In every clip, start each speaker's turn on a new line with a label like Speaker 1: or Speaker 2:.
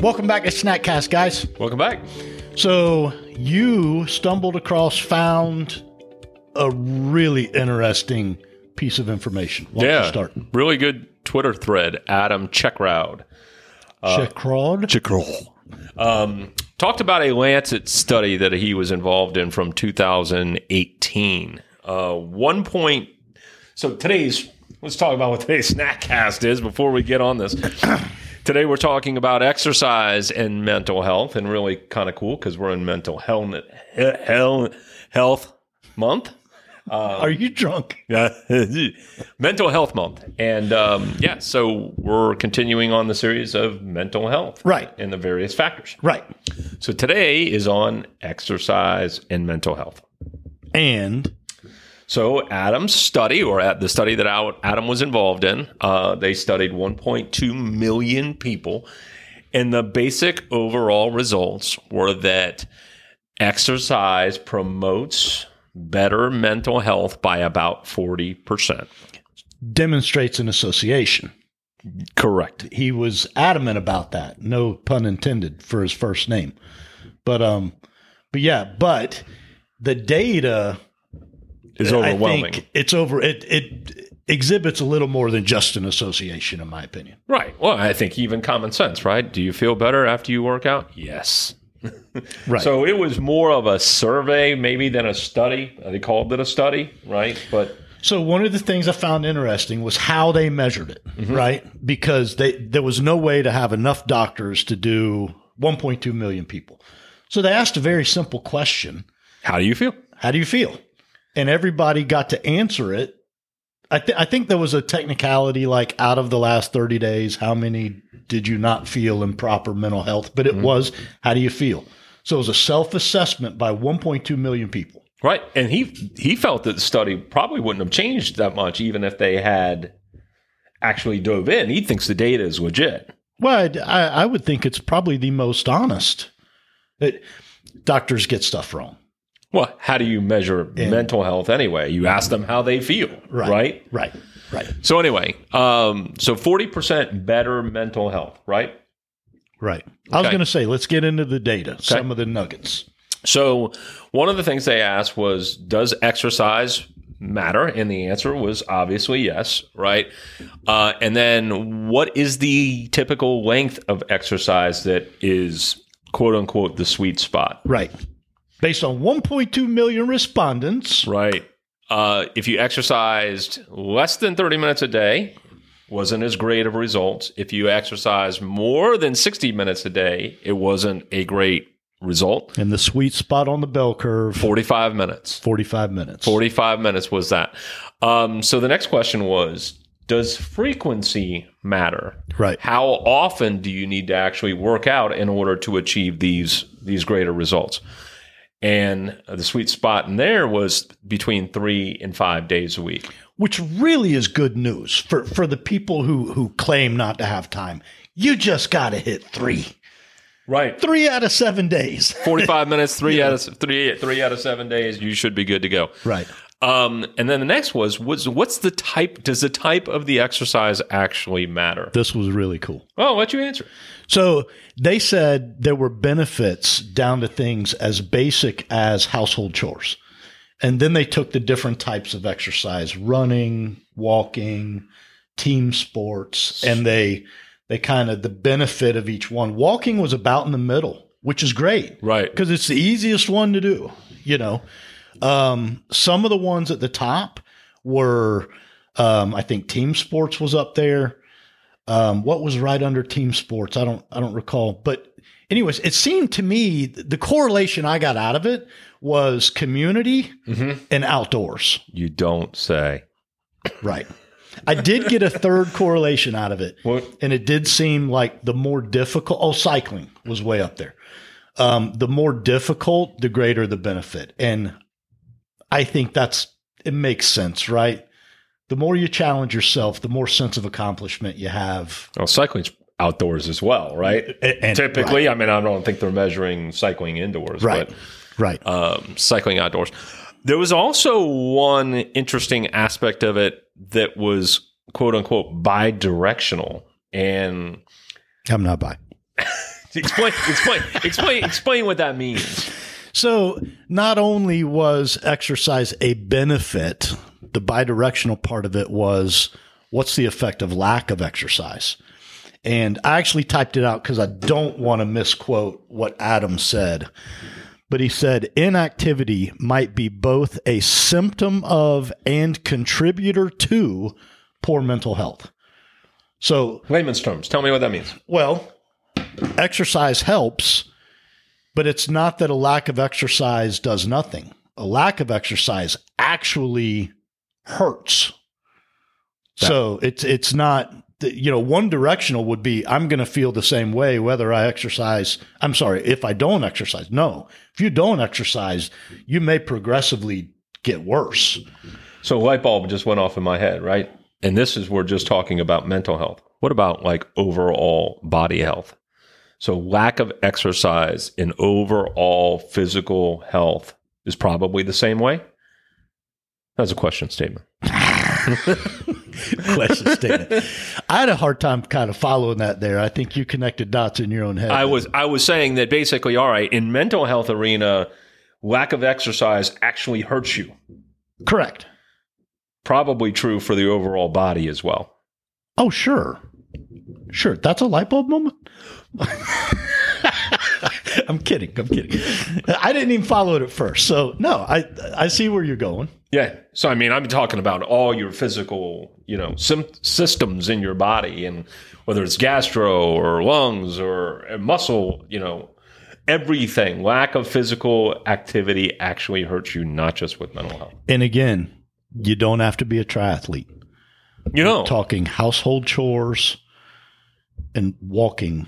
Speaker 1: Welcome back to Snackcast, guys.
Speaker 2: Welcome back.
Speaker 1: So you stumbled across, found a really interesting piece of information. Why don't you
Speaker 2: yeah.
Speaker 1: start?
Speaker 2: Really good Twitter thread, Adam Checkroud. Uh,
Speaker 1: Check Crowd.
Speaker 3: Chickrol.
Speaker 2: talked about a Lancet study that he was involved in from 2018. Uh, one point. So today's let's talk about what today's snack cast is before we get on this. Today we're talking about exercise and mental health, and really kind of cool because we're in mental health hell, health month.
Speaker 1: Uh, Are you drunk?
Speaker 2: mental health month, and um, yeah, so we're continuing on the series of mental health,
Speaker 1: Right.
Speaker 2: and the various factors.
Speaker 1: Right.
Speaker 2: So today is on exercise and mental health.
Speaker 1: And
Speaker 2: So Adam's study, or at the study that Al- Adam was involved in, uh, they studied 1.2 million people, and the basic overall results were that exercise promotes better mental health by about 40%.
Speaker 1: demonstrates an association.
Speaker 2: Correct.
Speaker 1: He was adamant about that. No pun intended for his first name. But um but yeah, but the data
Speaker 2: Is
Speaker 1: I
Speaker 2: overwhelming.
Speaker 1: think it's over it it exhibits a little more than just an association in my opinion.
Speaker 2: Right. Well, I think even common sense, right? Do you feel better after you work out? Yes.
Speaker 1: Right.
Speaker 2: So it was more of a survey, maybe, than a study. They called it a study, right? But
Speaker 1: So one of the things I found interesting was how they measured it, right? Because they there was no way to have enough doctors to do 1.2 million people. So they asked a very simple question,
Speaker 2: how do you feel?
Speaker 1: how do you feel? And everybody got to answer it. I, th- I think there was a technicality like out of the last 30 days, how many did you not feel in proper mental health? But it was, how do you feel? So it was a self assessment by 1.2 million people.
Speaker 2: Right. And he he felt that the study probably wouldn't have changed that much, even if they had actually dove in. He thinks the data is legit.
Speaker 1: Well, I'd- I, I would think it's probably the most honest. It, doctors get stuff wrong.
Speaker 2: Well, how do you measure mental health anyway? You ask them how they feel, right?
Speaker 1: Right. Right.
Speaker 2: So anyway, um, so forty percent better mental health, right?
Speaker 1: Right. I was
Speaker 2: Okay.
Speaker 1: going to say, let's get into the data, some of the nuggets.
Speaker 2: So, one of the things they asked was, does exercise matter? And the answer was obviously yes, right? Uh, and then, what is the typical length of exercise that is quote unquote the sweet spot?
Speaker 1: Right. Based on 1.2 million respondents,
Speaker 2: Right. Uh, if you exercised less than 30 minutes a day, wasn't as great of a result. If you exercised more than 60 minutes a day, it wasn't a great result.
Speaker 1: and the sweet spot on the bell curve,
Speaker 2: 45 minutes.
Speaker 1: 45 minutes.
Speaker 2: 45 minutes was that. Um, so the next question was Does frequency matter?
Speaker 1: Right.
Speaker 2: How often do you need to actually work out in order to achieve these, these greater results? And the sweet spot in there was between three and five days a week.
Speaker 1: Which really is good news for, for the people who, who claim not to have time. You just got to hit three.
Speaker 2: Right.
Speaker 1: Three out of seven days.
Speaker 2: 45 minutes, three out of three, three out of seven days, you should be good to go.
Speaker 1: Right.
Speaker 2: Um, and then the next was, was what's the type? Does the type of the exercise actually matter?
Speaker 1: This was really cool.
Speaker 2: Well, I'll let you answer.
Speaker 1: So they said there were benefits down to things as basic as household chores. And then they took the different types of exercise, running, walking, team sports, and they they kind of the benefit of each one. Walking was about in the middle, which is great
Speaker 2: Right.
Speaker 1: because it's the easiest one to do. You know, um, some of the ones at the top were, um, I think, team sports was up there. Um, what was right under team sports? I don't, I don't recall. But, anyways, it seemed to me th- the correlation I got out of it was community and outdoors.
Speaker 2: You don't say.
Speaker 1: Right. I did get a third correlation out of it.
Speaker 2: What?
Speaker 1: And it did seem like the more difficult, oh, cycling was way up there. Um, the more difficult, the greater the benefit. And I think that's, it makes sense, right? The more you challenge yourself, the more sense of accomplishment you have.
Speaker 2: Well, cycling's outdoors as well, right?
Speaker 1: A- and-
Speaker 2: Typically, I mean, I don't think they're measuring cycling indoors,
Speaker 1: Right. Right.
Speaker 2: but um, cycling outdoors. There was also one interesting aspect of it that was quote unquote bi directional. And
Speaker 1: I'm not by.
Speaker 2: Explain, explain, explain, explain what that means.
Speaker 1: So not only was exercise a benefit, the bidirectional part of it was what's the effect of lack of exercise? And I actually typed it out because I don't want to misquote what Adam said. But he said inactivity might be both a symptom of and contributor to poor mental health. So,
Speaker 2: Layman's terms. Tell me what that means.
Speaker 1: well, exercise helps, but it's not that a lack of exercise does nothing. A lack of exercise actually hurts. So it's it's not you know one directional would be I'm going to feel the same way whether I exercise. I'm sorry if I don't exercise. No, if you don't exercise, you may progressively get worse.
Speaker 2: So light bulb just went off in my head, right? And this is we're just talking about mental health. What about like overall body health? So lack of exercise in overall physical health is probably the same way. That's a question statement.
Speaker 1: Question statement. I had a hard time kind of following that there. I think you connected dots in your own head.
Speaker 2: I was I was saying that basically, all right, in mental health arena, lack of exercise actually hurts you.
Speaker 1: correct.
Speaker 2: Probably true for the overall body as well.
Speaker 1: Oh, sure. Sure. That's a light bulb moment? I'm kidding. I'm kidding. I didn't even follow it at first. So, no, I I see where you're going.
Speaker 2: Yeah. So I mean, I'm talking about all your physical, you know, sym- systems in your body, and whether it's gastro or lungs or uh, muscle, you know, everything. Lack of physical activity actually hurts you, not just with mental health.
Speaker 1: And again, you don't have to be a triathlete.
Speaker 2: You know,
Speaker 1: Talking household chores and walking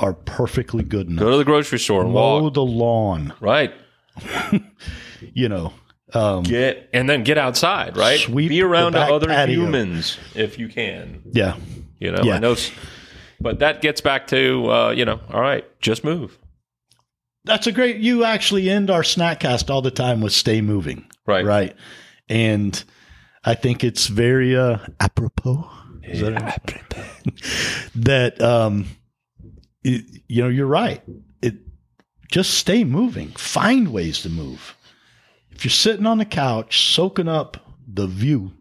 Speaker 1: are perfectly good enough.
Speaker 2: go to the grocery store and
Speaker 1: Mow
Speaker 2: walk.
Speaker 1: the lawn,
Speaker 2: Right.
Speaker 1: you know. Um,
Speaker 2: Get and then get outside. Right.
Speaker 1: Sweep
Speaker 2: Be around
Speaker 1: the back
Speaker 2: other
Speaker 1: patio.
Speaker 2: humans if you can.
Speaker 1: yeah.
Speaker 2: You know.
Speaker 1: Yeah.
Speaker 2: I know. s- But that gets back to uh, you know. All right, just move.
Speaker 1: That's a great. You actually end our snackcast all the time with stay moving.
Speaker 2: Right.
Speaker 1: right and i think it's very uh apropos is that, that um it, you know you're right it just stay moving find ways to move if you're sitting on the couch soaking up the view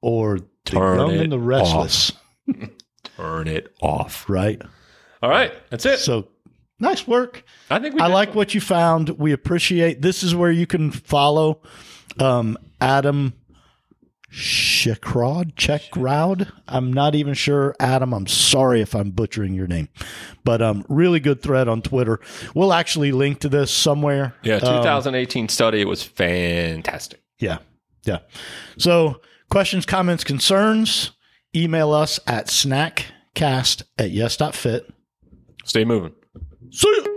Speaker 1: or the
Speaker 2: Turn
Speaker 1: young
Speaker 2: it
Speaker 1: and the restless
Speaker 2: Turn it off.
Speaker 1: right
Speaker 2: All right. That's it.
Speaker 1: so nice work
Speaker 2: I think we.
Speaker 1: I
Speaker 2: did
Speaker 1: like what you found. We appreciate. This is where you can follow um, Adam Shekrod. Chekrod. I'm not even sure, Adam. I'm sorry if I'm butchering your name, but um, really good thread on Twitter. We'll actually link to this somewhere.
Speaker 2: Yeah,
Speaker 1: Um,
Speaker 2: 2018 study. It was fantastic.
Speaker 1: yeah, yeah. So, questions, comments, concerns. Email us at snackcast at yes.fit.
Speaker 2: Stay moving.
Speaker 1: See ya.